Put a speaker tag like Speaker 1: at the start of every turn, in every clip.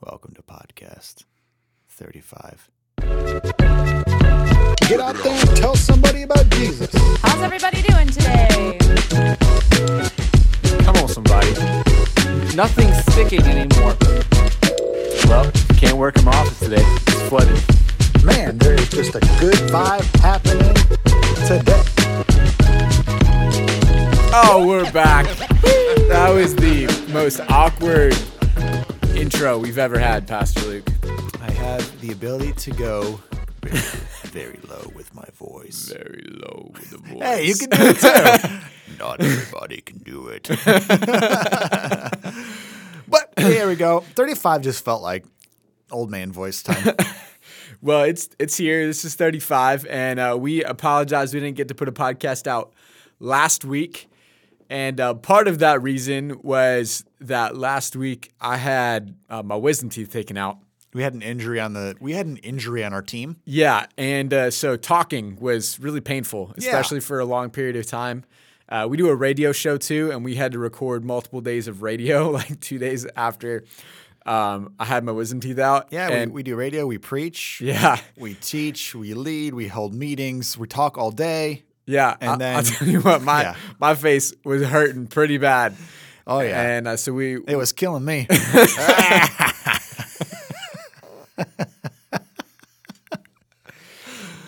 Speaker 1: Welcome to podcast 35.
Speaker 2: Get out there and tell somebody about Jesus.
Speaker 3: How's everybody doing today?
Speaker 4: Come on, somebody. Nothing's sticking anymore. Well, can't work in my office today. It's flooded.
Speaker 2: Man, there is just a good vibe happening today.
Speaker 4: Oh, we're back. that was the most awkward intro we've ever had, Pastor Luke.
Speaker 1: I have the ability to go very, very low with my voice.
Speaker 4: Very low with the voice.
Speaker 1: Hey, you can do it too. Not everybody can do it. but here we go. 35 just felt like old man voice time.
Speaker 4: Well, it's it's here. This is 35, and uh, we apologize. We didn't get to put a podcast out last week, and uh, part of that reason was that last week I had uh, my wisdom teeth taken out.
Speaker 1: We had an injury on the we had an injury on our team.
Speaker 4: Yeah, and uh, so talking was really painful, especially for a long period of time. Uh, we do a radio show too, and we had to record multiple days of radio, like two days after um, I had my wisdom teeth out.
Speaker 1: Yeah, we,
Speaker 4: and
Speaker 1: we do radio, we preach,
Speaker 4: yeah,
Speaker 1: we teach, we lead, we hold meetings, we talk all day.
Speaker 4: yeah.
Speaker 1: And
Speaker 4: I,
Speaker 1: then-
Speaker 4: I'll tell you what, my
Speaker 1: yeah.
Speaker 4: my face was hurting pretty bad.
Speaker 1: Oh yeah.
Speaker 4: and uh, so we
Speaker 1: It was killing me.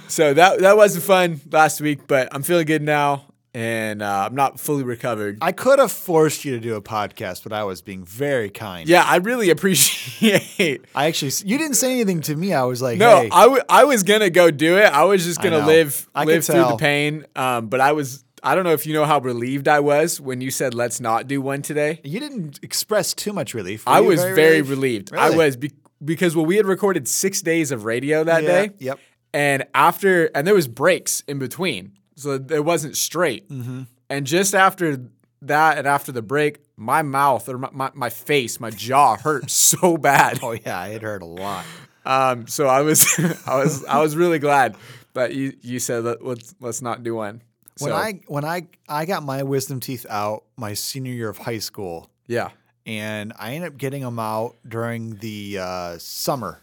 Speaker 4: So that that wasn't fun last week, but I'm feeling good now, and uh, I'm not fully recovered.
Speaker 1: I could have forced you to do a podcast, but I was being very kind.
Speaker 4: yeah, I really appreciate.
Speaker 1: I actually, you didn't say anything to me. I was like,
Speaker 4: No,
Speaker 1: hey,
Speaker 4: I, w- I was gonna go do it. I was just gonna
Speaker 1: know.
Speaker 4: live
Speaker 1: I could
Speaker 4: live through
Speaker 1: tell.
Speaker 4: the pain. Um, but I was I don't know if you know how relieved I was when you said let's not do one today.
Speaker 1: you didn't express too much relief. Were
Speaker 4: I
Speaker 1: you
Speaker 4: was very relieved. I
Speaker 1: Really?
Speaker 4: was be- because well we had recorded six days of radio that
Speaker 1: Yeah,
Speaker 4: day.
Speaker 1: Yep.
Speaker 4: and after and there was breaks in between so it wasn't straight
Speaker 1: Mm-hmm.
Speaker 4: and just after that and after the break my mouth or my, my, my face my jaw hurt so bad
Speaker 1: Oh yeah, it hurt a lot.
Speaker 4: um, so i was i was i was really glad that you you said Let, let's let's not do one
Speaker 1: When
Speaker 4: so,
Speaker 1: I when I I got my wisdom teeth out my senior year of high school,
Speaker 4: yeah
Speaker 1: and I ended up getting them out during the uh, summer.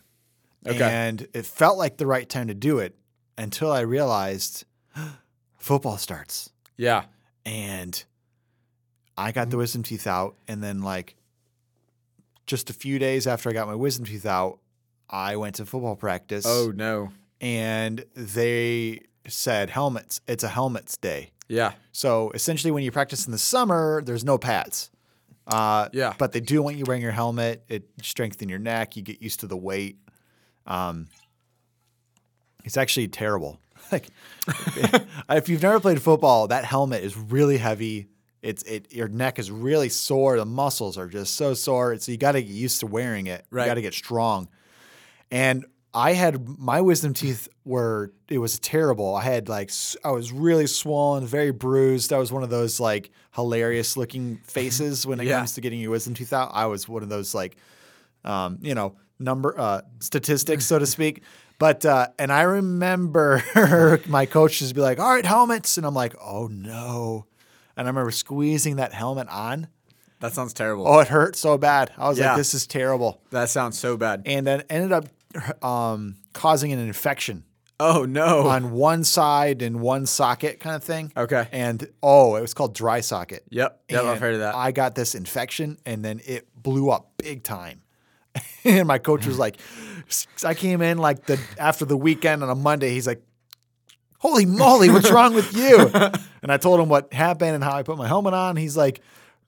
Speaker 4: Okay.
Speaker 1: And it felt like the right time to do it until I realized football starts.
Speaker 4: yeah
Speaker 1: and I got the wisdom teeth out, and then like just a few days after I got my wisdom teeth out, I went to football practice.
Speaker 4: oh no
Speaker 1: and they said helmets. It's a helmets day.
Speaker 4: yeah
Speaker 1: So essentially, when you practice in the summer, there's no pads. Uh,
Speaker 4: Yeah.
Speaker 1: But they do want you wearing your helmet. It strengthens your neck. You get used to the weight. Um, it's actually terrible. Like, if you've never played football, that helmet is really heavy. It's it. Your neck is really sore. The muscles are just so sore. So you got to get used to wearing it.
Speaker 4: Right.
Speaker 1: You got to get strong. And I had my wisdom teeth were it was terrible. I had like s- I was really swollen, very bruised. I was one of those like hilarious looking faces when it
Speaker 4: Yeah.
Speaker 1: comes to getting your wisdom teeth out. I was one of those like um, you know, number uh, statistics, so to speak. But uh, and I remember my coach just be like, "All right, helmets," and I'm like, "Oh no!" And I remember squeezing that helmet on.
Speaker 4: that sounds terrible
Speaker 1: Oh, it hurt so bad. I was
Speaker 4: Yeah.
Speaker 1: like, "This is terrible,"
Speaker 4: that sounds so bad
Speaker 1: and then ended up um, causing an infection
Speaker 4: oh no
Speaker 1: on one side and one socket kind of thing.
Speaker 4: Okay.
Speaker 1: And oh, it was called dry socket.
Speaker 4: Yep. Yep, I've
Speaker 1: And
Speaker 4: heard of that.
Speaker 1: I got this infection and then it blew up big time. and my coach was like, I came in like the after the weekend on a Monday, he's like, Holy moly, what's wrong with you? And I told him what happened and how I put my helmet on. He's like,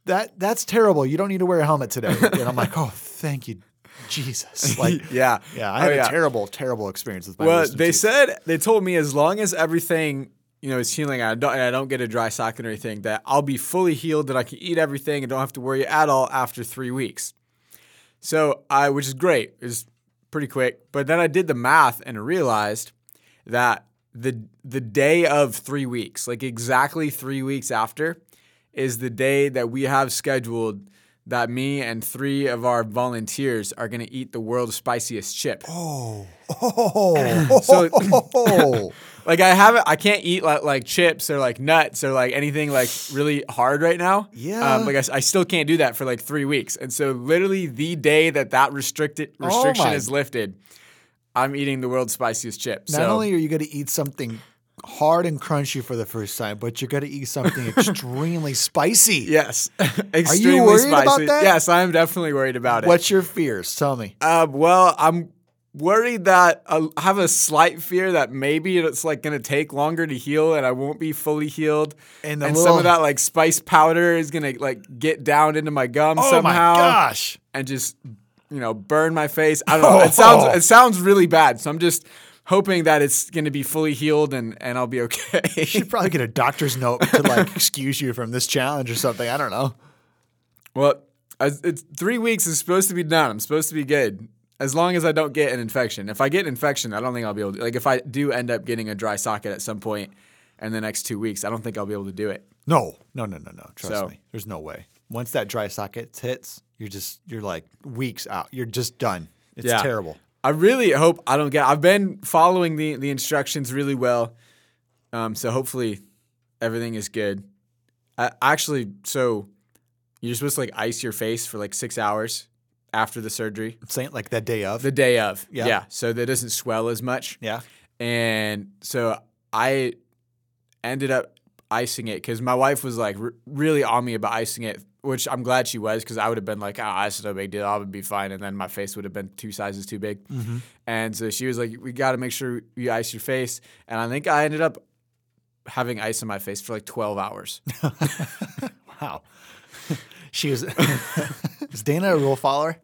Speaker 1: That that's terrible. You don't need to wear a helmet today. And I'm like, Oh, thank you, Jesus. Like
Speaker 4: yeah
Speaker 1: Yeah, I
Speaker 4: Oh,
Speaker 1: had
Speaker 4: yeah.
Speaker 1: a terrible, terrible experience with my
Speaker 4: Well,
Speaker 1: wisdom
Speaker 4: they
Speaker 1: teeth.
Speaker 4: said they told me as long as everything you know is healing, I don't and I don't get a dry socket or anything, that I'll be fully healed, that I can eat everything and don't have to worry at all after three weeks. So I, which is great, is pretty quick. But then I did the math and realized that the the day of three weeks, like exactly three weeks after, is the day that we have scheduled. That me and three of our volunteers are going to eat the world's spiciest chip.
Speaker 1: Oh,
Speaker 4: So-
Speaker 1: oh,
Speaker 4: Like I haven't, I can't eat like, like chips or like nuts or like anything like really hard right now.
Speaker 1: Yeah.
Speaker 4: Um, like I, s- I still can't do that for like three weeks, and so literally the day that that restricted restriction
Speaker 1: Oh my-
Speaker 4: is lifted, I'm eating the world's spiciest chip.
Speaker 1: Not
Speaker 4: so
Speaker 1: only are you going to eat something hard and crunchy for the first time, but you're going to eat something extremely spicy.
Speaker 4: yes, extremely
Speaker 1: worried about
Speaker 4: spicy.
Speaker 1: that?
Speaker 4: Yes, I am definitely worried about it.
Speaker 1: What's your fears? Tell me.
Speaker 4: Uh, well, I'm worried that uh, I have a slight fear that maybe it's like going to take longer to heal and I won't be fully healed.
Speaker 1: And the
Speaker 4: some
Speaker 1: little-
Speaker 4: of that like spice powder is going to like get down into Oh my gum somehow
Speaker 1: Oh my gosh.
Speaker 4: and just, you know, burn my face. I don't know. It
Speaker 1: Oh.
Speaker 4: sounds, it sounds really bad. So I'm just hoping that it's going to be fully healed and, and I'll be okay.
Speaker 1: You should probably get a doctor's note to like excuse you from this challenge or something. I don't know.
Speaker 4: well, as, it's three weeks is supposed to be done. I'm supposed to be good. As long as I don't get an infection. If I get an infection, I don't think I'll be able to. Like, if I do end up getting a dry socket at some point in the next two weeks, I don't think I'll be able to do it.
Speaker 1: No, no, no, no, no. Trust
Speaker 4: So-
Speaker 1: me. There's no way. Once that dry socket hits, you're just you're like weeks out. You're just done. It's
Speaker 4: Yeah.
Speaker 1: terrible.
Speaker 4: I really hope I don't get. I've been following the, the instructions really well. Um, so hopefully everything is good. I, actually, so you're supposed to like ice your face for like six hours after the surgery,
Speaker 1: Saying like that day of.
Speaker 4: the day of.
Speaker 1: Yeah.
Speaker 4: yeah so that it doesn't swell as much.
Speaker 1: yeah.
Speaker 4: And so I ended up icing it because my wife was like r- really on me about icing it, which I'm glad she was because I would have been like, ah, it's no big deal. I would be fine. And then my face would have been two sizes too big. And so she was like, we got to make sure you ice your face. And I think I ended up having ice on my face for like 12 hours.
Speaker 1: Wow. she was Is Dana a rule follower?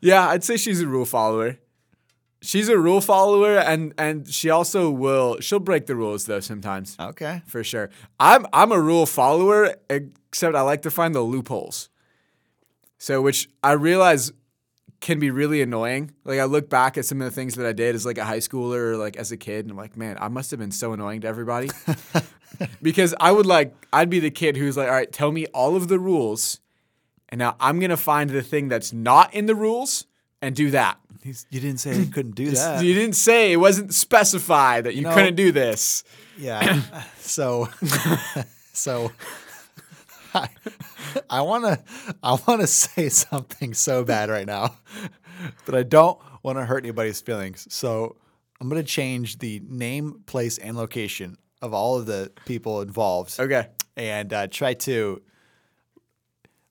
Speaker 4: Yeah, I'd say she's a rule follower. She's a rule follower, and and she also will she'll break the rules though sometimes.
Speaker 1: Okay.
Speaker 4: for sure. I'm I'm a rule follower, except I like to find the loopholes. So, which I realize can be really annoying. Like I look back at some of the things that I did as like a high schooler or like as a kid, and I'm like, man, I must have been so annoying to everybody. because I would like I'd be the kid who's like, all right, tell me all of the rules, and now I'm gonna find the thing that's not in the rules and do that.
Speaker 1: He's, you didn't say you couldn't do that.
Speaker 4: You didn't say it wasn't specified that you
Speaker 1: know-
Speaker 4: couldn't do this.
Speaker 1: Yeah. so so I, I wanna I wanna say something so bad right now. But I don't wanna hurt anybody's feelings. So I'm gonna change the name, place, and location of all of the people involved
Speaker 4: Okay.
Speaker 1: and uh, try to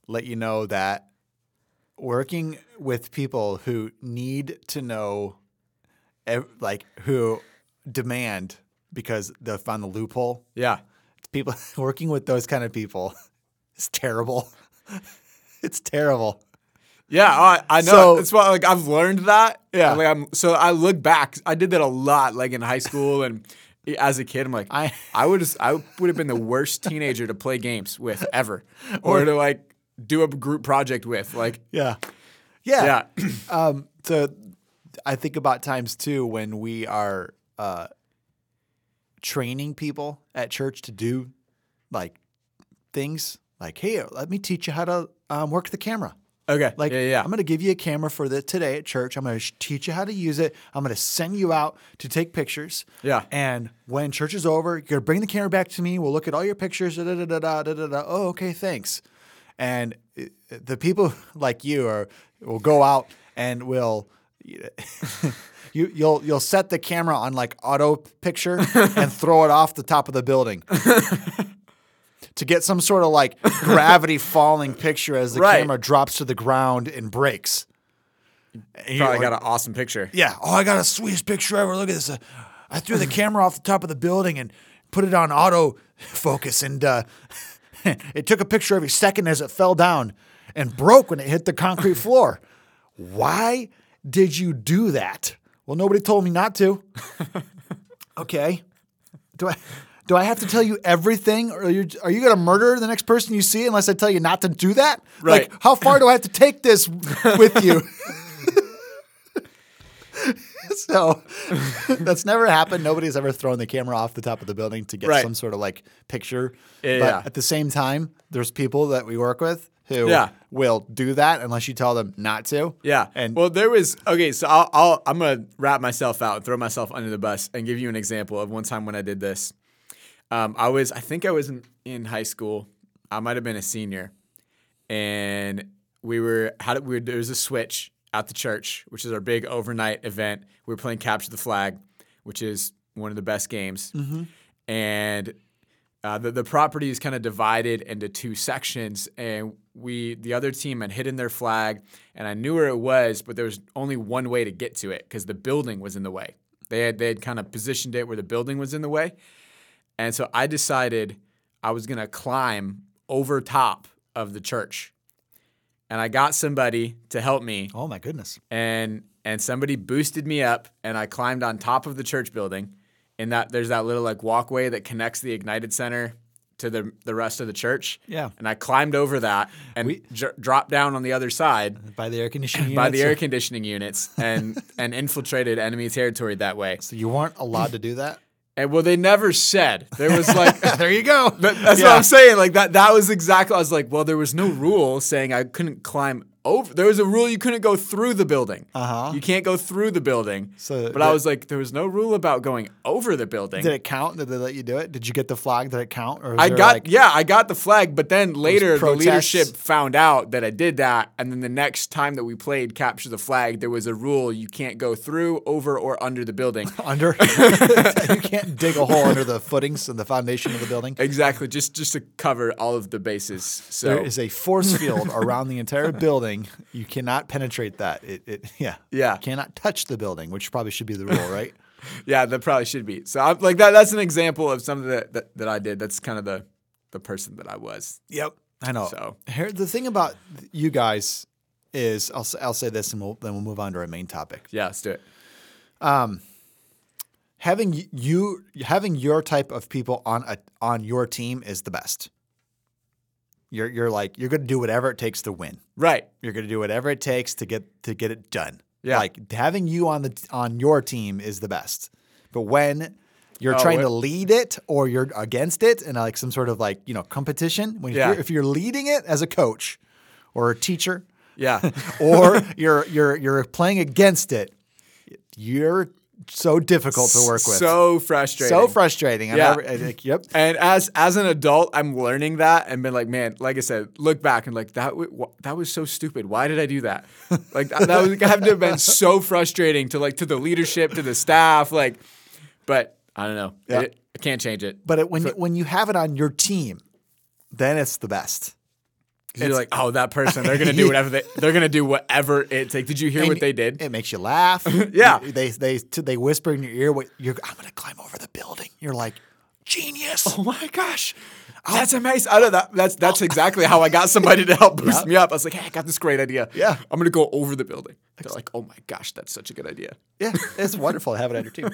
Speaker 1: let you know that working with people who need to know, ev- like who demand because they found the loophole,
Speaker 4: Yeah.
Speaker 1: people working with those kind of people is terrible. it's terrible.
Speaker 4: Yeah, I, I know.
Speaker 1: So-
Speaker 4: That's why, like, I've learned that.
Speaker 1: Yeah.
Speaker 4: Like, I'm, so I look back. I did that a lot, like in high school and as a kid. I'm like, I,
Speaker 1: I-
Speaker 4: would, just, I would have been the worst teenager to play games with ever, or, to like do a group project with. Like,
Speaker 1: Yeah. Yeah.
Speaker 4: yeah,
Speaker 1: Um, so I think about times too when we are uh, training people at church to do like things like, hey, let me teach you how to um, work the camera.
Speaker 4: okay,
Speaker 1: Like,
Speaker 4: yeah, yeah.
Speaker 1: I'm going to give you a camera for the today at church. I'm going to sh- teach you how to use it. I'm going to send you out to take pictures.
Speaker 4: Yeah.
Speaker 1: And when church is over, you're going to bring the camera back to me. We'll look at all your pictures. Da, da, da, da, da, da, da. Oh, okay, thanks. And uh, the people like you are will go out and will. You, you'll you'll set the camera on like auto picture and throw it off the top of the building to get some sort of like gravity falling picture as the
Speaker 4: Right.
Speaker 1: camera drops to the ground and breaks. And you're
Speaker 4: Probably
Speaker 1: like,
Speaker 4: got an awesome picture.
Speaker 1: yeah. Oh, I got a sweetest picture ever. Look at this. Uh, I threw the camera off the top of the building and put it on auto focus, and uh, it took a picture every second as it fell down and broke when it hit the concrete floor. Why did you do that? Well, nobody told me not to. okay. Do I? Do I have to tell you everything, or are you, are you going to murder the next person you see unless I tell you not to do that?
Speaker 4: Right.
Speaker 1: Like, how far do I have to take this with you? So that's never happened. Nobody's ever thrown the camera off the top of the building to get
Speaker 4: Right.
Speaker 1: some sort of like picture.
Speaker 4: Yeah,
Speaker 1: but
Speaker 4: yeah.
Speaker 1: at the same time, there's people that we work with who
Speaker 4: Yeah.
Speaker 1: will do that unless you tell them not to.
Speaker 4: Yeah.
Speaker 1: And
Speaker 4: well, there was okay. So I'll, I'll I'm gonna wrap myself out and throw myself under the bus and give you an example of one time when I did this. Um, I was I think I was in, in high school. I might have been a senior, and we were had we were, there was a switch at the church, which is our big overnight event. We were playing capture the flag, which is one of the best games, and uh, the, the property is kind of divided into two sections and we the other team had hidden their flag and i knew where it was but there was only one way to get to it because the building was in the way they had they had kind of positioned it where the building was in the way and so i decided i was going to climb over top of the church and i got somebody to help me
Speaker 1: oh my goodness.
Speaker 4: and and somebody boosted me up and I climbed on top of the church building and that there's that little like walkway that connects the ignited center to the the rest of the church.
Speaker 1: Yeah.
Speaker 4: And I climbed over that and dr- dropped down on the other side
Speaker 1: By the air conditioning
Speaker 4: by the
Speaker 1: units.
Speaker 4: air conditioning units and and infiltrated enemy territory that way.
Speaker 1: So you weren't allowed to do that?
Speaker 4: And well they never said. There was like
Speaker 1: there you go.
Speaker 4: But that's
Speaker 1: Yeah.
Speaker 4: what I'm saying. Like that that was exactly I was like, well, there was no rule saying I couldn't climb over there was a rule you couldn't go through the building.
Speaker 1: Uh-huh.
Speaker 4: You can't go through the building.
Speaker 1: So
Speaker 4: but
Speaker 1: that-
Speaker 4: I was like, there was no rule about going over the building.
Speaker 1: Did it count? Did they let you do it? Did you get the flag? Did it count? Or was
Speaker 4: I
Speaker 1: there,
Speaker 4: got
Speaker 1: like,
Speaker 4: yeah, I got the flag, but then later the
Speaker 1: protests?
Speaker 4: leadership found out that I did that, and then the next time that we played capture the flag, there was a rule you can't go through, over, or under the building.
Speaker 1: under. you can't dig a hole under the footings and the foundation of the building.
Speaker 4: exactly, just just to cover all of the bases. So
Speaker 1: There is a force field around the entire building. You cannot penetrate that. It, it yeah
Speaker 4: Yeah.
Speaker 1: You cannot touch the building, which probably should be the rule, right?
Speaker 4: Yeah, that probably should be. So I'm like that. That's an example of something that, that, that I did. That's kind of the the person that I was.
Speaker 1: Yep, I know.
Speaker 4: So.
Speaker 1: Here- the thing about you guys is, I'll s- I'll say this, and we'll, then we'll move on to our main topic.
Speaker 4: Yeah, let's do it.
Speaker 1: Having y- you having your type of people on a on your team is the best. You're you're like you're going to do whatever it takes to win.
Speaker 4: Right.
Speaker 1: You're going to do whatever it takes to get to get it done.
Speaker 4: Yeah.
Speaker 1: Like having you on the on your team is the best. But when you're
Speaker 4: Oh,
Speaker 1: trying
Speaker 4: it-
Speaker 1: to lead it or you're against it and like some sort of like, you know, competition, when
Speaker 4: Yeah.
Speaker 1: you're, if you're leading it as a coach or a teacher
Speaker 4: Yeah.
Speaker 1: or you're you're you're playing against it, you're so difficult to work with.
Speaker 4: so frustrating.
Speaker 1: so frustrating. I
Speaker 4: Yeah.
Speaker 1: never- I think- yep.
Speaker 4: And as as an adult, I'm learning that and been like, man, like I said, look back and like that w- w- that was so stupid. Why did I do that? Like that, that would have to have been so frustrating to like to the leadership, to the staff, like. But I don't know.
Speaker 1: Yeah.
Speaker 4: It- I can't change it.
Speaker 1: But it, when you- when you have it on your team, then it's the best.
Speaker 4: 'Cause you're like, oh, that person, they're gonna do whatever they they're gonna do whatever it takes. Did you hear what
Speaker 1: And
Speaker 4: they did?
Speaker 1: It makes you laugh.
Speaker 4: Yeah.
Speaker 1: You- They they they whisper in your ear what you're I'm going to climb over the building. You're like, "Genius."
Speaker 4: Oh my gosh. Oh. That's amazing. I know that that's that's exactly how I got somebody to help boost me up. I was like, hey, I got this great idea.
Speaker 1: Yeah.
Speaker 4: I'm gonna go over the building. They're like, oh my gosh, that's such a good idea.
Speaker 1: Yeah, it's wonderful to have it on your team.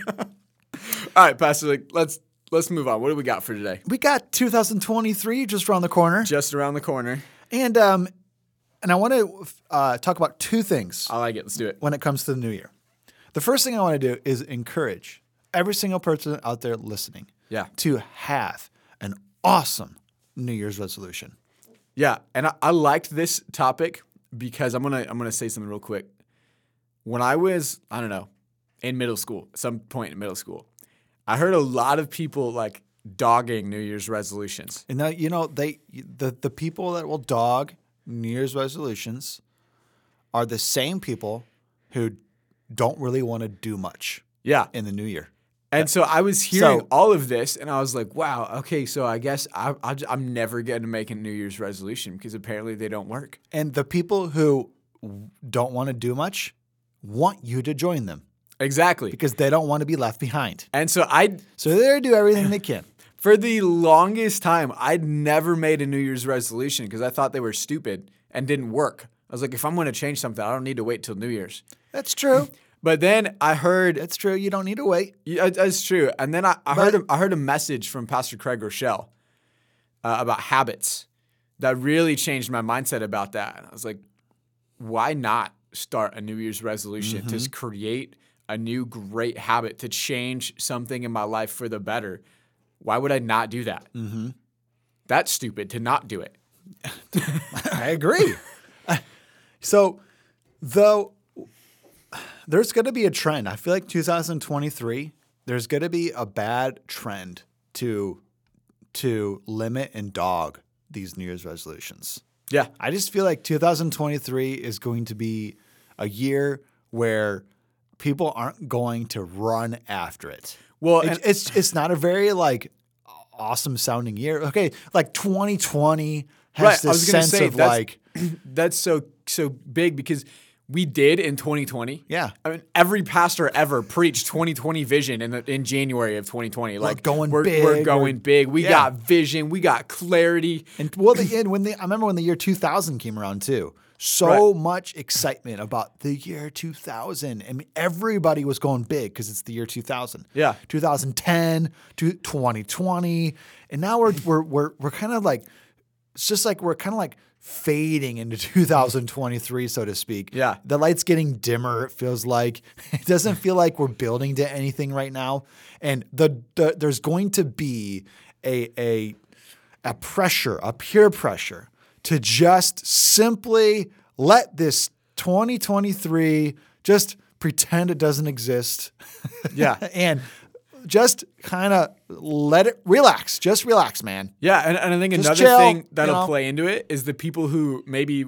Speaker 4: All right, Pastor, like let's let's move on. What do we got for today?
Speaker 1: We got 2023 just around the corner.
Speaker 4: Just around the corner.
Speaker 1: And um and I want to uh, talk about two things
Speaker 4: I like it. Let's do it.
Speaker 1: when it comes to the new year. The first thing I want to do is encourage every single person out there listening
Speaker 4: Yeah.
Speaker 1: to have an awesome New Year's resolution.
Speaker 4: Yeah, and I, I liked this topic because I'm gonna I'm gonna say something real quick. When I was I don't know in middle school, some point in middle school, I heard a lot of people like dogging New Year's resolutions.
Speaker 1: And now you know they the the people that will dog New Year's resolutions are the same people who don't really want to do much
Speaker 4: Yeah,
Speaker 1: in the new year.
Speaker 4: And so I was hearing
Speaker 1: So-
Speaker 4: all of this, and I was like, "Wow, okay, so I guess I, I, am never going to make a New Year's resolution because apparently they don't work."
Speaker 1: And the people who w- don't want to do much want you to join them
Speaker 4: Exactly.
Speaker 1: because they don't want to be left behind.
Speaker 4: And so I,
Speaker 1: So they do everything they can.
Speaker 4: for the longest time, I'd never made a New Year's resolution because I thought they were stupid and didn't work. I was like, "If I'm going to change something, I don't need to wait till New Year's."
Speaker 1: That's true.
Speaker 4: But then I heard
Speaker 1: That's true. You don't need to wait.
Speaker 4: Yeah, it- it's true. And then I, I heard a, I heard a message from Pastor Craig Rochelle uh, about habits that really changed my mindset about that. And I was like, why not start a New Year's resolution to s- create a new great habit to change something in my life for the better? Why would I not do that? That's stupid to not do it.
Speaker 1: I agree. so, though, there's going to be a trend. I feel like 2023. There's going to be a bad trend to to limit and dog these New Year's resolutions.
Speaker 4: Yeah.
Speaker 1: I just feel like 2023 is going to be a year where people aren't going to run after it.
Speaker 4: Well,
Speaker 1: It-
Speaker 4: and-
Speaker 1: it's it's not a very like awesome sounding year. Okay, like 2020 has
Speaker 4: Right, I
Speaker 1: this
Speaker 4: was gonna
Speaker 1: sense
Speaker 4: say,
Speaker 1: of
Speaker 4: that's-
Speaker 1: like
Speaker 4: That's so so big because we did in 2020.
Speaker 1: Yeah.
Speaker 4: I mean, every pastor ever preached 2020 vision in the, in January of 2020. Like
Speaker 1: going
Speaker 4: we're,
Speaker 1: big,
Speaker 4: we're
Speaker 1: we're-
Speaker 4: going big. We
Speaker 1: Yeah.
Speaker 4: got vision. We got clarity.
Speaker 1: and well the end when the I remember when the year 2000 came around too. So much excitement about the year 2000. I mean, everybody was going big because it's the year 2000.
Speaker 4: Yeah.
Speaker 1: 2010 to 2020, and now we're we're we're we're kind of like it's just like we're kind of like fading into 2023, so to speak.
Speaker 4: Yeah.
Speaker 1: The light's getting dimmer, it feels like. It doesn't feel like we're building to anything right now. And the, the there's going to be a a a pressure, a peer pressure to just simply let this 2023 just pretend it doesn't exist.
Speaker 4: Yeah.
Speaker 1: and just kind of let it relax. Just relax, man.
Speaker 4: Yeah, and, and I think
Speaker 1: Just
Speaker 4: another
Speaker 1: chill,
Speaker 4: thing
Speaker 1: you
Speaker 4: that'll
Speaker 1: know?
Speaker 4: play into it is the people who maybe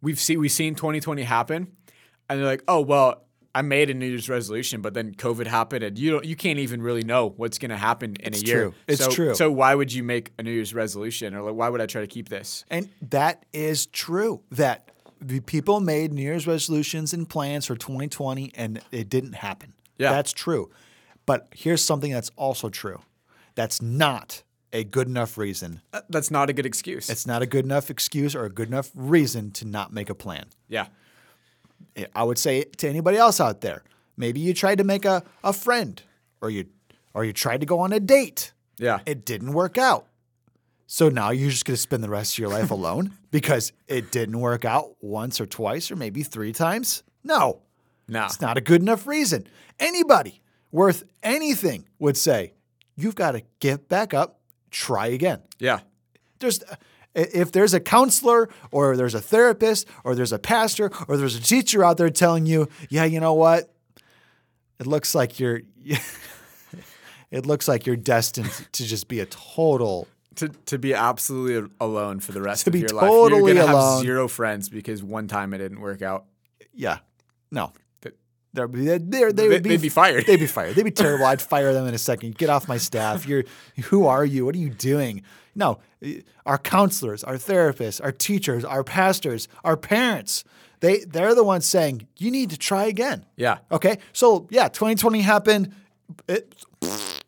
Speaker 4: we've seen we've seen 2020 happen, and they're like, oh well, I made a New Year's resolution, but then COVID happened, and you don't you can't even really know what's going to happen in a year.
Speaker 1: true. It's
Speaker 4: so,
Speaker 1: true.
Speaker 4: So why would you make a New Year's resolution, or like why would I try to keep this?
Speaker 1: And that is true. That the people made New Year's resolutions and plans for 2020 and it didn't happen.
Speaker 4: Yeah.
Speaker 1: That's true. But here's something that's also true. That's not a good enough reason.
Speaker 4: Uh, That's not a good excuse.
Speaker 1: It's not a good enough excuse or a good enough reason to not make a plan.
Speaker 4: yeah,
Speaker 1: I would say to anybody else out there, maybe you tried to make a, a friend or you or you tried to go on a date.
Speaker 4: yeah,
Speaker 1: It didn't work out. So now you're just going to spend the rest of your life alone because it didn't work out once or twice or maybe three times? No.
Speaker 4: nah,
Speaker 1: It's not a good enough reason. Anybody worth anything would say, you've got to get back up, try again
Speaker 4: yeah,
Speaker 1: there's if there's a counselor or there's a therapist or there's a pastor or there's a teacher out there telling you, yeah, you know what? It looks like you're it looks like you're destined to just be a total
Speaker 4: to to be absolutely alone for the rest
Speaker 1: To
Speaker 4: of
Speaker 1: be
Speaker 4: your life.
Speaker 1: totally
Speaker 4: You're gonna have
Speaker 1: alone.
Speaker 4: zero friends because one time it didn't work out.
Speaker 1: yeah. No.
Speaker 4: Th-
Speaker 1: There would be they they would
Speaker 4: They- they'd be fired.
Speaker 1: They'd be fired. They'd be terrible. I'd fire them in a second. Get off my staff. You're who are you? What are you doing? No, our counselors, our therapists, our teachers, our pastors, our parents. They they're the ones saying you need to try again.
Speaker 4: Yeah.
Speaker 1: Okay. So yeah, 2020 happened. It,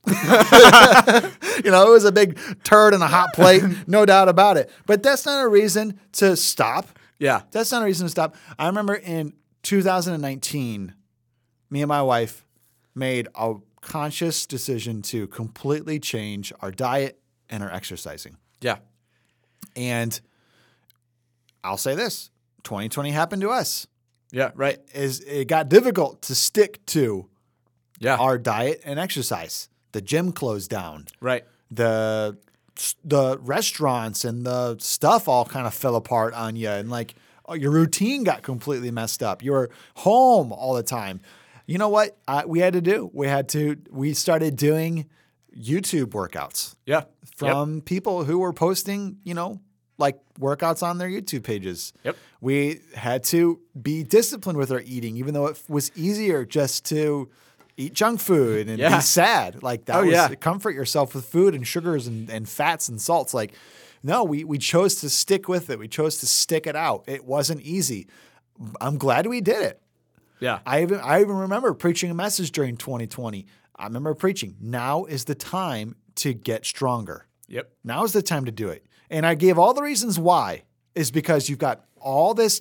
Speaker 1: you know, it was a big turd in a hot plate, no doubt about it. But that's not a reason to stop.
Speaker 4: Yeah,
Speaker 1: That's not a reason to stop. I remember in 2019, me and my wife made a conscious decision to completely change our diet and our exercising.
Speaker 4: yeah,
Speaker 1: And I'll say this 2020 happened to us.
Speaker 4: yeah, right,
Speaker 1: Is it got difficult to stick to
Speaker 4: yeah,
Speaker 1: our diet and exercise. The gym closed down.
Speaker 4: right.
Speaker 1: the the restaurants and the stuff all kind of fell apart on you and like uh, your routine got completely messed up you were home all the time you know what I, we had to do we had to we started doing youtube workouts
Speaker 4: Yeah. Yep.
Speaker 1: from people who were posting, you know, like workouts on their YouTube pages.
Speaker 4: Yep.
Speaker 1: We had to be disciplined with our eating, even though it f- was easier just to eat junk food and
Speaker 4: Yeah.
Speaker 1: be sad. Like that
Speaker 4: Oh,
Speaker 1: was
Speaker 4: yeah.
Speaker 1: comfort yourself with food and sugars and, and fats and salts. Like, no, we we chose to stick with it. We chose to stick it out. It wasn't easy. I'm glad we did it.
Speaker 4: Yeah.
Speaker 1: I even I even remember preaching a message during 2020. I remember preaching, now is the time to get stronger.
Speaker 4: yep.
Speaker 1: Now is the time to do it. And I gave all the reasons why is because you've got all this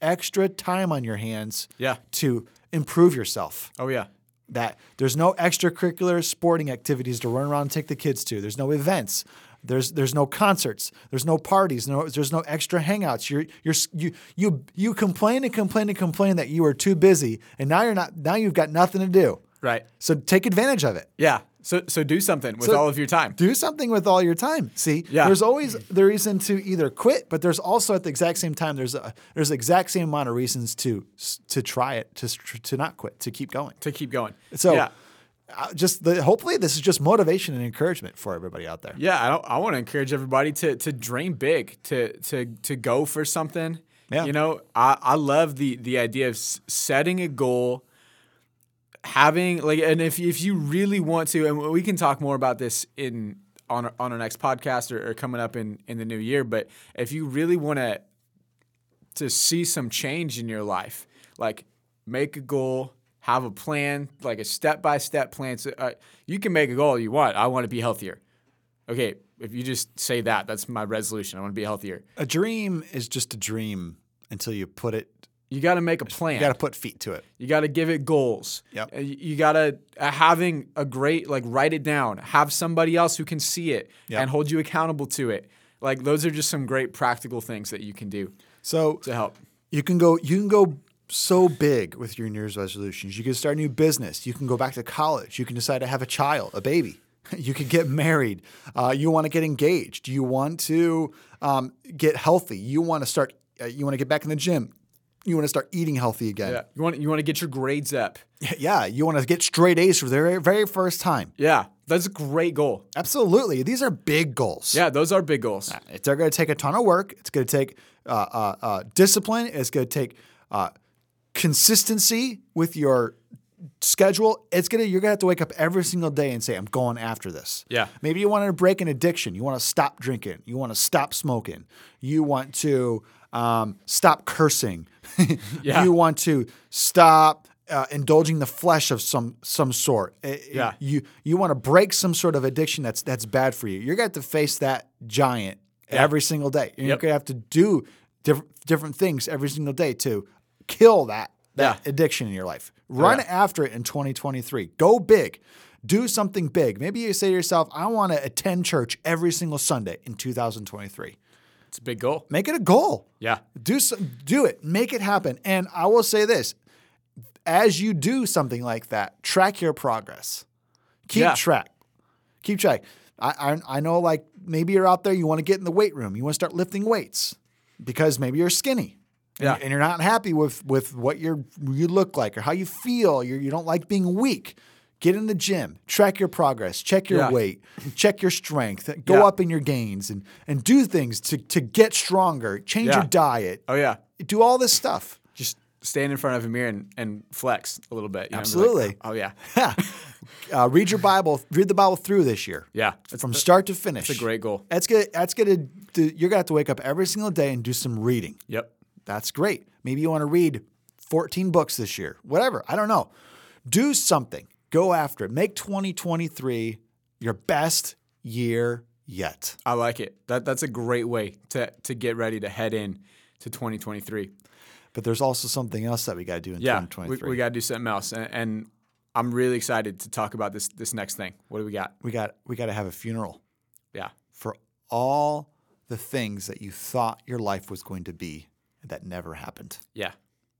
Speaker 1: extra time on your hands
Speaker 4: Yeah.
Speaker 1: to improve yourself.
Speaker 4: Oh yeah.
Speaker 1: That there's no extracurricular sporting activities to run around and take the kids to. There's no events. There's there's no concerts. There's no parties. No there's no extra hangouts. You're you're s- you you you complain and complain and complain that you are too busy and now you're not now you've got nothing to do.
Speaker 4: Right.
Speaker 1: So take advantage of it.
Speaker 4: Yeah. So so do something with
Speaker 1: So-
Speaker 4: all of your time.
Speaker 1: do something with all your time. See,
Speaker 4: Yeah.
Speaker 1: there's always the reason to either quit, but there's also at the exact same time there's a, there's the exact same amount of reasons to to try it, to to not quit, to keep going.
Speaker 4: to keep going.
Speaker 1: So,
Speaker 4: yeah,
Speaker 1: uh, just the, hopefully this is just motivation and encouragement for everybody out there.
Speaker 4: yeah, I don't, I want to encourage everybody to to dream big, to to to go for something.
Speaker 1: Yeah.
Speaker 4: You know, I I love the the idea of s- setting a goal, having like, and if if you really want to, and we can talk more about this in on our, on our next podcast or, or coming up in in the new year. But if you really want to to see some change in your life. Like make a goal, have a plan, like a step by step plan. So, uh, you can make a goal you want. I want to be healthier. Okay, if you just say that, that's my resolution. I want to be healthier.
Speaker 1: A dream is just a dream until you put it.
Speaker 4: You got to make a plan.
Speaker 1: You got to put feet to it.
Speaker 4: You got to give it goals.
Speaker 1: Yep.
Speaker 4: Uh, You you got to uh, having a great like write it down. Have somebody else who can see it
Speaker 1: Yep.
Speaker 4: and hold you accountable to it. Like those are just some great practical things that you can do
Speaker 1: So
Speaker 4: to help.
Speaker 1: You can go. You can go so big with your New Year's resolutions. You can start a new business. You can go back to college. You can decide to have a child, a baby. You could get married. Uh, you want to get engaged. You want to um, get healthy. You want to start. Uh, you want to get back in the gym. You want to start eating healthy
Speaker 4: Yeah.
Speaker 1: again.
Speaker 4: You want you want to get your grades up.
Speaker 1: Yeah. you want to get straight A's for the very, very first time.
Speaker 4: Yeah. That's a great goal.
Speaker 1: Absolutely. These are big goals.
Speaker 4: Yeah, those are big goals.
Speaker 1: It's they're going to take a ton of work. It's going to take uh, uh, uh, discipline. It's going to take uh, consistency with your schedule. It's going to you're going to have to wake up every single day and say, "I'm going after this."
Speaker 4: Yeah.
Speaker 1: Maybe you want to break an addiction. You want to stop drinking. You want to stop smoking. You want to um, stop cursing.
Speaker 4: Yeah.
Speaker 1: You want to stop. Uh, indulging the flesh of some some sort. It- it-
Speaker 4: Yeah.
Speaker 1: you you want to break some sort of addiction that's that's bad for you. You're going to have to face that giant every single day. You're
Speaker 4: Yep.
Speaker 1: going to have to do diff- different things every single day to kill that that
Speaker 4: Yeah.
Speaker 1: addiction in your life. Run
Speaker 4: Yeah.
Speaker 1: after it in 2023. Go big. Do something big. Maybe you say to yourself, "I want to attend church every single Sunday in 2023."
Speaker 4: It's a big goal.
Speaker 1: Make it a goal.
Speaker 4: Yeah.
Speaker 1: Do so, do it. Make it happen. And I will say this: as you do something like that, track your progress. Keep
Speaker 4: Yeah.
Speaker 1: track. Keep track. I, I I know like maybe you're out there. You want to get in the weight room. You want to start lifting weights because maybe you're skinny. and
Speaker 4: Yeah.
Speaker 1: you're- And you're not happy with with what you are you look like or how you feel. You you don't like being weak. Get in the gym. Track your progress. Check your
Speaker 4: Yeah.
Speaker 1: weight. Check your strength. Go
Speaker 4: Yeah.
Speaker 1: up in your gains and and do things to to get stronger. Change
Speaker 4: Yeah.
Speaker 1: your diet.
Speaker 4: Oh yeah.
Speaker 1: Uh, Do all this stuff.
Speaker 4: Just stand in front of a mirror and, and flex a little bit. you know, and be
Speaker 1: Absolutely.
Speaker 4: Like, oh yeah.
Speaker 1: Yeah. uh, read your Bible. Read the Bible through this year.
Speaker 4: Yeah. That's
Speaker 1: From start to finish.
Speaker 4: a great goal.
Speaker 1: That's gonna. That's gonna. do- You're gonna have to wake up every single day and do some reading.
Speaker 4: Yep.
Speaker 1: That's great. Maybe you want to read 14 books this year. Whatever. I don't know. Do something. Go after it. Make 2023 your best year yet.
Speaker 4: I like it. That that's a great way to to get ready to head in to 2023.
Speaker 1: But there's also something else that we got to do in
Speaker 4: Yeah. We,
Speaker 1: 2023.
Speaker 4: we got to do something else. And, and I'm really excited to talk about this this next thing. What do we got?
Speaker 1: we got we got to have a funeral.
Speaker 4: Yeah.
Speaker 1: for all the things that you thought your life was going to be that never happened.
Speaker 4: Yeah.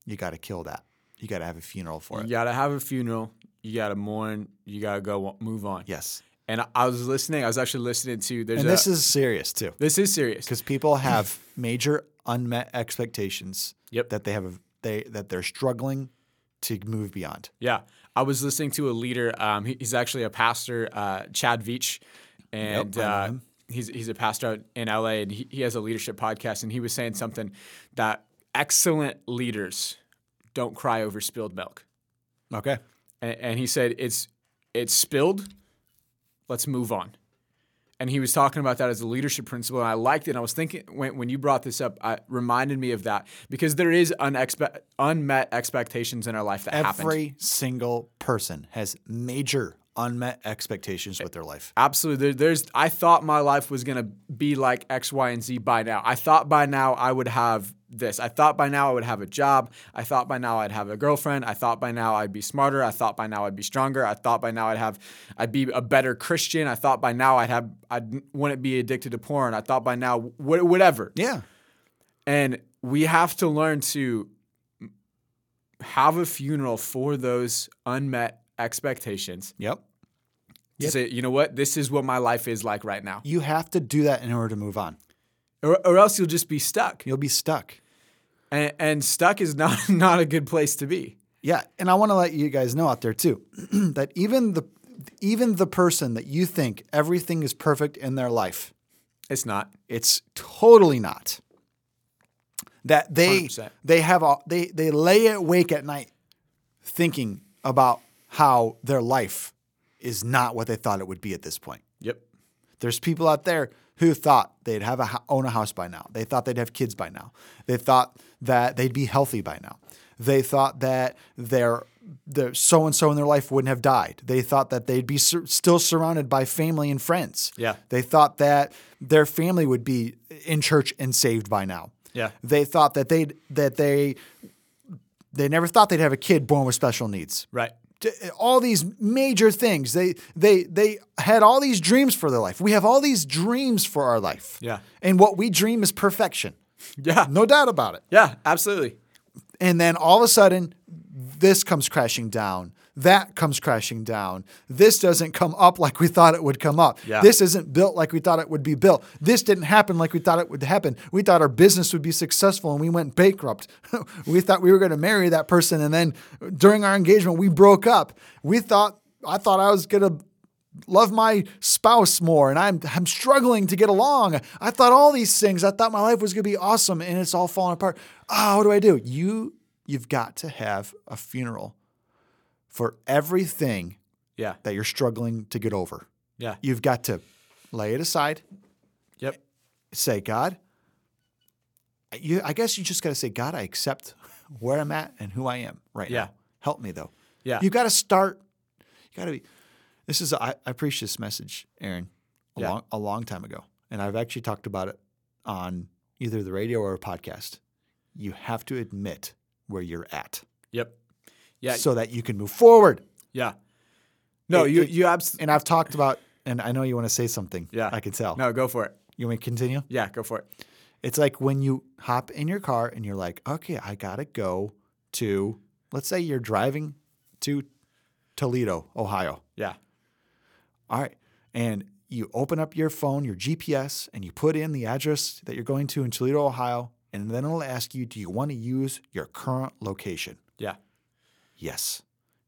Speaker 1: You got to kill that. You got to have a funeral for
Speaker 4: You
Speaker 1: it.
Speaker 4: got to have a funeral. You got to mourn. You got to go move on.
Speaker 1: Yes.
Speaker 4: And I, I was listening. I was actually listening to there's
Speaker 1: And
Speaker 4: a,
Speaker 1: this is serious too
Speaker 4: this is serious.
Speaker 1: because people have major unmet expectations
Speaker 4: Yep.
Speaker 1: that they have a, they that they're struggling to move beyond.
Speaker 4: Yeah, I was listening to a leader. Um, he, he's actually a pastor, uh, Chad Veach, and
Speaker 1: Yep, I know
Speaker 4: uh,
Speaker 1: him.
Speaker 4: he's he's a pastor out in LA, and he, he has a leadership podcast. And he was saying something that excellent leaders don't cry over spilled milk,
Speaker 1: Okay.
Speaker 4: and, and he said it's it's spilled. Let's move on. And he was talking about that as a leadership principle, and I liked it. And I was thinking when, when you brought this up, I it reminded me of that because there is unexpe- unmet expectations in our life that happen.
Speaker 1: Every single person has major unmet expectations with their life.
Speaker 4: Absolutely. There, there's. I thought my life was gonna be like X, Y, and Z by now. I thought by now I would have this. I thought by now I would have a job. I thought by now I'd have a girlfriend. I thought by now I'd be smarter. I thought by now I'd be stronger. I thought by now I'd have. I'd be a better Christian. I thought by now I'd have. I wouldn't be addicted to porn. I thought by now wh- whatever.
Speaker 1: Yeah.
Speaker 4: And we have to learn to have a funeral for those unmet expectations
Speaker 1: Yep.
Speaker 4: to say, you know what, this is what my life is like right now,
Speaker 1: You have to do that in order to move on.
Speaker 4: or, or else you'll just be stuck,
Speaker 1: You'll be stuck.
Speaker 4: and, and stuck is not not a good place to be.
Speaker 1: Yeah, and I want to let you guys know out there too that even the even the person that you think everything is perfect in their life,
Speaker 4: It's not.
Speaker 1: it's totally not. That they
Speaker 4: 100%.
Speaker 1: they have a, they they lay awake at night thinking about how their life is not what they thought it would be at this point.
Speaker 4: Yep.
Speaker 1: There's people out there who thought they'd have a ho- own a house by now. They thought they'd have kids by now. They thought that they'd be healthy by now. They thought that their their so and so in their life wouldn't have died. They thought that they'd be sur- still surrounded by family and friends.
Speaker 4: Yeah.
Speaker 1: They thought that their family would be in church and saved by now.
Speaker 4: Yeah.
Speaker 1: They thought that they that they they never thought they'd have a kid born with special needs
Speaker 4: Right.
Speaker 1: to- all these major things. They they they had all these dreams for their life. We have all these dreams for our life.
Speaker 4: Yeah.
Speaker 1: And what we dream is perfection.
Speaker 4: Yeah.
Speaker 1: No doubt about it.
Speaker 4: Yeah. Absolutely.
Speaker 1: And then all of a sudden this comes crashing down. That comes crashing down. This doesn't come up like we thought it would come up.
Speaker 4: Yeah.
Speaker 1: This isn't built like we thought it would be built. This didn't happen like we thought it would happen. We thought our business would be successful and we went bankrupt. we thought we were going to marry that person and then during our engagement we broke up. We thought I thought I was going to love my spouse more and I'm I'm struggling to get along. I thought all these things. I thought my life was going to be awesome and it's all falling apart. Ah, what do I do? You you've got to have a funeral for everything
Speaker 4: Yeah.
Speaker 1: that you're struggling to get over.
Speaker 4: Yeah.
Speaker 1: You've got to lay it aside,
Speaker 4: Yep.
Speaker 1: say, God, you, I guess you just got to say, God, I accept where I'm at and who I am right
Speaker 4: Yeah.
Speaker 1: now. Help me though.
Speaker 4: Yeah.
Speaker 1: You got to start. You got to be. This is, I, I preached this message, Aaron, a,
Speaker 4: Yeah.
Speaker 1: long, a long time ago. And I've actually talked about it on either the radio or a podcast. You have to admit where you're at
Speaker 4: Yep. Yeah.
Speaker 1: so that you can move forward.
Speaker 4: yeah. No,
Speaker 1: It-
Speaker 4: you
Speaker 1: it-
Speaker 4: you absolutely.
Speaker 1: And I've talked about, and I know you want to say something.
Speaker 4: Yeah.
Speaker 1: I can tell.
Speaker 4: No, go for it.
Speaker 1: You want me to continue?
Speaker 4: Yeah, go for it.
Speaker 1: It's like when you hop in your car and you're like, okay, I gotta go to, let's say you're driving to Toledo, Ohio.
Speaker 4: Yeah.
Speaker 1: All right. And you open up your phone, your GPS, and you put in the address that you're going to in Toledo, Ohio. And then it'll ask you, do you wanna use your current location?
Speaker 4: Yeah.
Speaker 1: yes,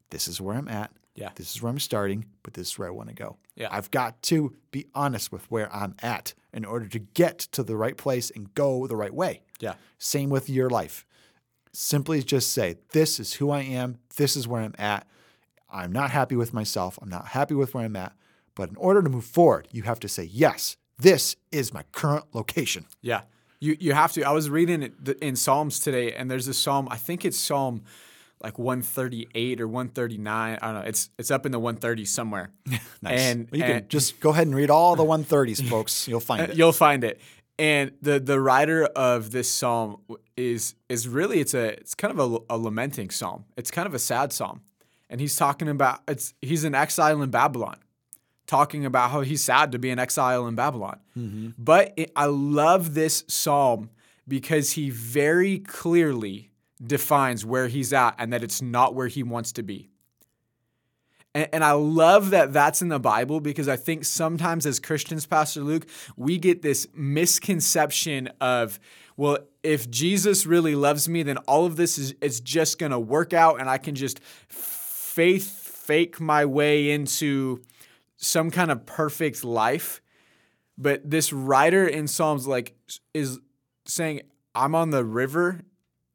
Speaker 1: this is where I'm at.
Speaker 4: Yeah.
Speaker 1: This is where I'm starting, but this is where I want to go.
Speaker 4: Yeah.
Speaker 1: I've got to be honest with where I'm at in order to get to the right place and go the right way.
Speaker 4: Yeah.
Speaker 1: Same with your life. Simply just say, this is who I am. This is where I'm at. I'm not happy with myself. I'm not happy with where I'm at. But in order to move forward, you have to say, yes, this is my current location.
Speaker 4: Yeah. You you have to. I was reading it th- in Psalms today, and there's a psalm. I think it's Psalm like 138 or 139. I don't know. It's it's up in the 130s somewhere. And
Speaker 1: you can
Speaker 4: and-
Speaker 1: just go ahead and read all the 130s, folks. You'll find it.
Speaker 4: Uh, You'll find it. And the the writer of this psalm w- is is really it's a it's kind of a, l- a lamenting psalm. It's kind of a sad psalm, and he's talking about it's he's in exile in Babylon, talking about how he's sad to be in exile in Babylon.
Speaker 1: Mm-hmm.
Speaker 4: But it, I love this psalm because he very clearly defines where he's at and that it's not where he wants to be. And, and I love that that's in the Bible because I think sometimes as Christians, Pastor Luke, we get this misconception of, well, if Jesus really loves me, then all of this is it's just gonna work out, and I can just faith fake my way into some kind of perfect life. But this writer in Psalms like is saying, I'm on the river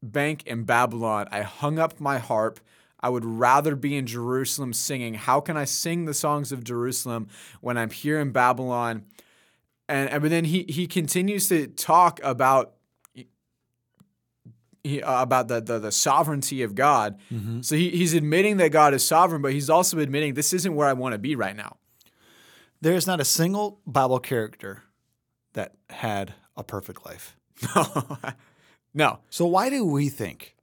Speaker 4: bank in Babylon. I hung up my harp. I would rather be in Jerusalem singing. How can I sing the songs of Jerusalem when I'm here in Babylon? And, and but then he he continues to talk about he, uh, about the, the the sovereignty of God. So he, he's admitting that God is sovereign, but he's also admitting this isn't where I want to be right now.
Speaker 1: There is not a single Bible character that had a perfect life.
Speaker 4: no,
Speaker 1: So why do we think?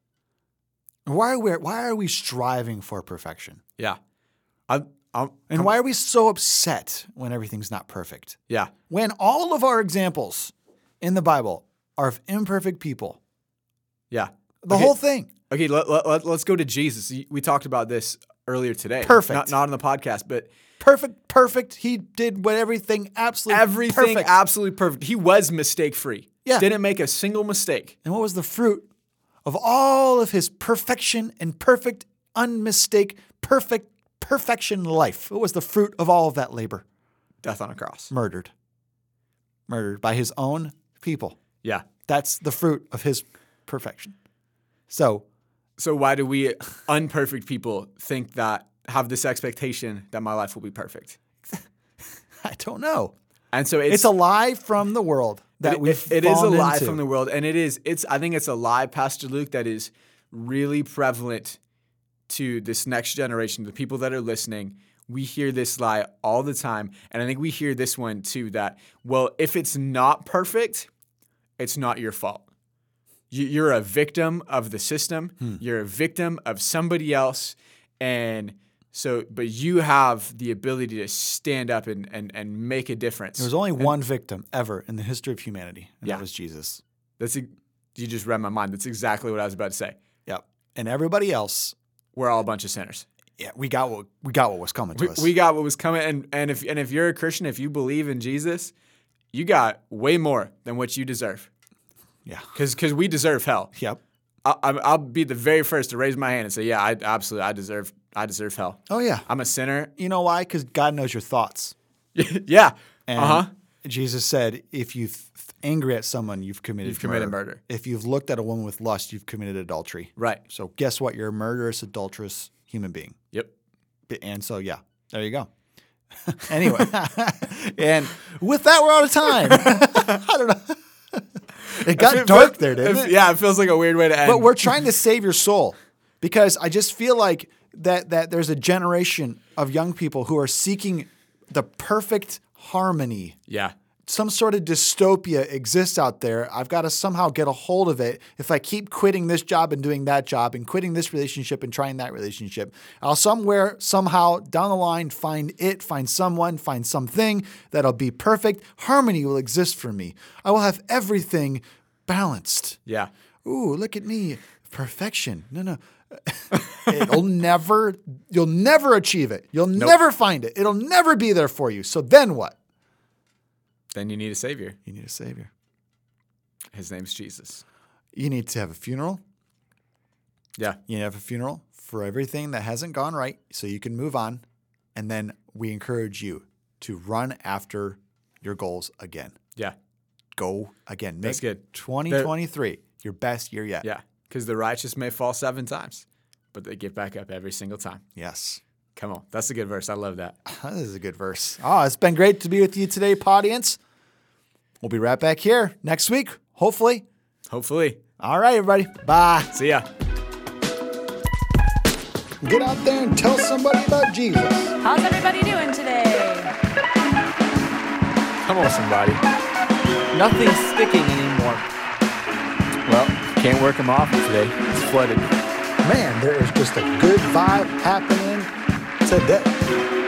Speaker 1: Why are we why are we striving for perfection?
Speaker 4: yeah, I'm, I'm,
Speaker 1: And why are we so upset when everything's not perfect?
Speaker 4: yeah,
Speaker 1: When all of our examples in the Bible are of imperfect people.
Speaker 4: yeah.
Speaker 1: The
Speaker 4: Okay.
Speaker 1: whole thing.
Speaker 4: Okay, let, let, let, us go to Jesus. We talked about this earlier today.
Speaker 1: Perfect.
Speaker 4: Not, not on the podcast, but
Speaker 1: perfect, perfect. He did what everything absolutely
Speaker 4: Everything
Speaker 1: perfect.
Speaker 4: absolutely perfect. He was mistake free.
Speaker 1: Yeah.
Speaker 4: Didn't make a single mistake.
Speaker 1: and what was the fruit of all of his perfection and perfect, unmistake, perfect, perfection life? What was the fruit of all of that labor?
Speaker 4: Death on a cross.
Speaker 1: Murdered. Murdered by his own people.
Speaker 4: Yeah.
Speaker 1: That's the fruit of his perfection. So
Speaker 4: So why do we unperfect people think that have this expectation that my life will be perfect?
Speaker 1: I don't know.
Speaker 4: And so
Speaker 1: It's a lie from the world that
Speaker 4: it-
Speaker 1: we've
Speaker 4: it- it is a
Speaker 1: fallen
Speaker 4: lie
Speaker 1: into.
Speaker 4: from the world and it is it's i think it's a lie pastor luke that is really prevalent to this next generation the people that are listening we hear this lie all the time and i think we hear this one too that well if it's not perfect it's not your fault You- you're a victim of the system
Speaker 1: Hmm.
Speaker 4: you're a victim of somebody else and so but you have the ability to stand up and and, and make a difference
Speaker 1: There was only one victim ever in the history of humanity, and
Speaker 4: Yeah.
Speaker 1: that was Jesus.
Speaker 4: That's e- you just read my mind. That's exactly what I was about to say.
Speaker 1: Yep. And everybody else,
Speaker 4: We're all a bunch of sinners.
Speaker 1: yeah, we got what we got what was coming to
Speaker 4: We,
Speaker 1: us.
Speaker 4: we got what was coming, and and if and if you're a Christian, if you believe in Jesus, you got way more than what you deserve.
Speaker 1: yeah.
Speaker 4: Because because we deserve hell.
Speaker 1: Yep.
Speaker 4: I, I'm- I'll be the very first to raise my hand and say, yeah, I absolutely I deserve I deserve hell.
Speaker 1: Oh yeah.
Speaker 4: I'm a sinner.
Speaker 1: You know why? Because God knows your thoughts.
Speaker 4: yeah. Uh
Speaker 1: And
Speaker 4: huh.
Speaker 1: Jesus said, if you th- angry at someone, you've committed
Speaker 4: You've committed murder.
Speaker 1: If you've looked at a woman with lust, you've committed adultery.
Speaker 4: Right.
Speaker 1: So guess what? You're a murderous, adulterous human being.
Speaker 4: Yep.
Speaker 1: B- And so yeah, there you go. anyway, and with that, we're out of time. I don't know. It got dark there, didn't it?
Speaker 4: Yeah, it feels like a weird way to end.
Speaker 1: but we're trying to save your soul because I just feel like that that there's a generation of young people who are seeking the perfect harmony.
Speaker 4: yeah.
Speaker 1: Some sort of dystopia exists out there. I've got to somehow get a hold of it. If I keep quitting this job and doing that job and quitting this relationship and trying that relationship, I'll somewhere, somehow down the line find it, find someone, find something that'll be perfect. Harmony will exist for me. I will have everything balanced
Speaker 4: Yeah.
Speaker 1: ooh, look at me, perfection. No, no. It'll never, you'll never achieve it. You'll never find it. It'll never be there for you. So then what?
Speaker 4: Then you need a savior.
Speaker 1: You need a savior.
Speaker 4: His name's Jesus.
Speaker 1: You need to have a funeral.
Speaker 4: Yeah.
Speaker 1: You need to have a funeral for everything that hasn't gone right so you can move on. And then we encourage you to run after your goals again.
Speaker 4: Yeah.
Speaker 1: Go again. Make
Speaker 4: That's good.
Speaker 1: 2023 your best year yet.
Speaker 4: Yeah, because the righteous may fall seven times, but they get back up every single time.
Speaker 1: Yes.
Speaker 4: Come on, that's a good verse. I love that.
Speaker 1: This is a good verse. Oh, it's been great to be with you today, audience. We'll be right back here next week, hopefully.
Speaker 4: Hopefully,
Speaker 1: All right, everybody. Bye.
Speaker 4: see ya.
Speaker 2: Get out there and tell somebody about Jesus.
Speaker 3: How's everybody doing today?
Speaker 4: Come on, somebody.
Speaker 5: Nothing's sticking anymore.
Speaker 4: Well, can't work them off today. It's flooded.
Speaker 2: Man, there is just a good vibe happening today.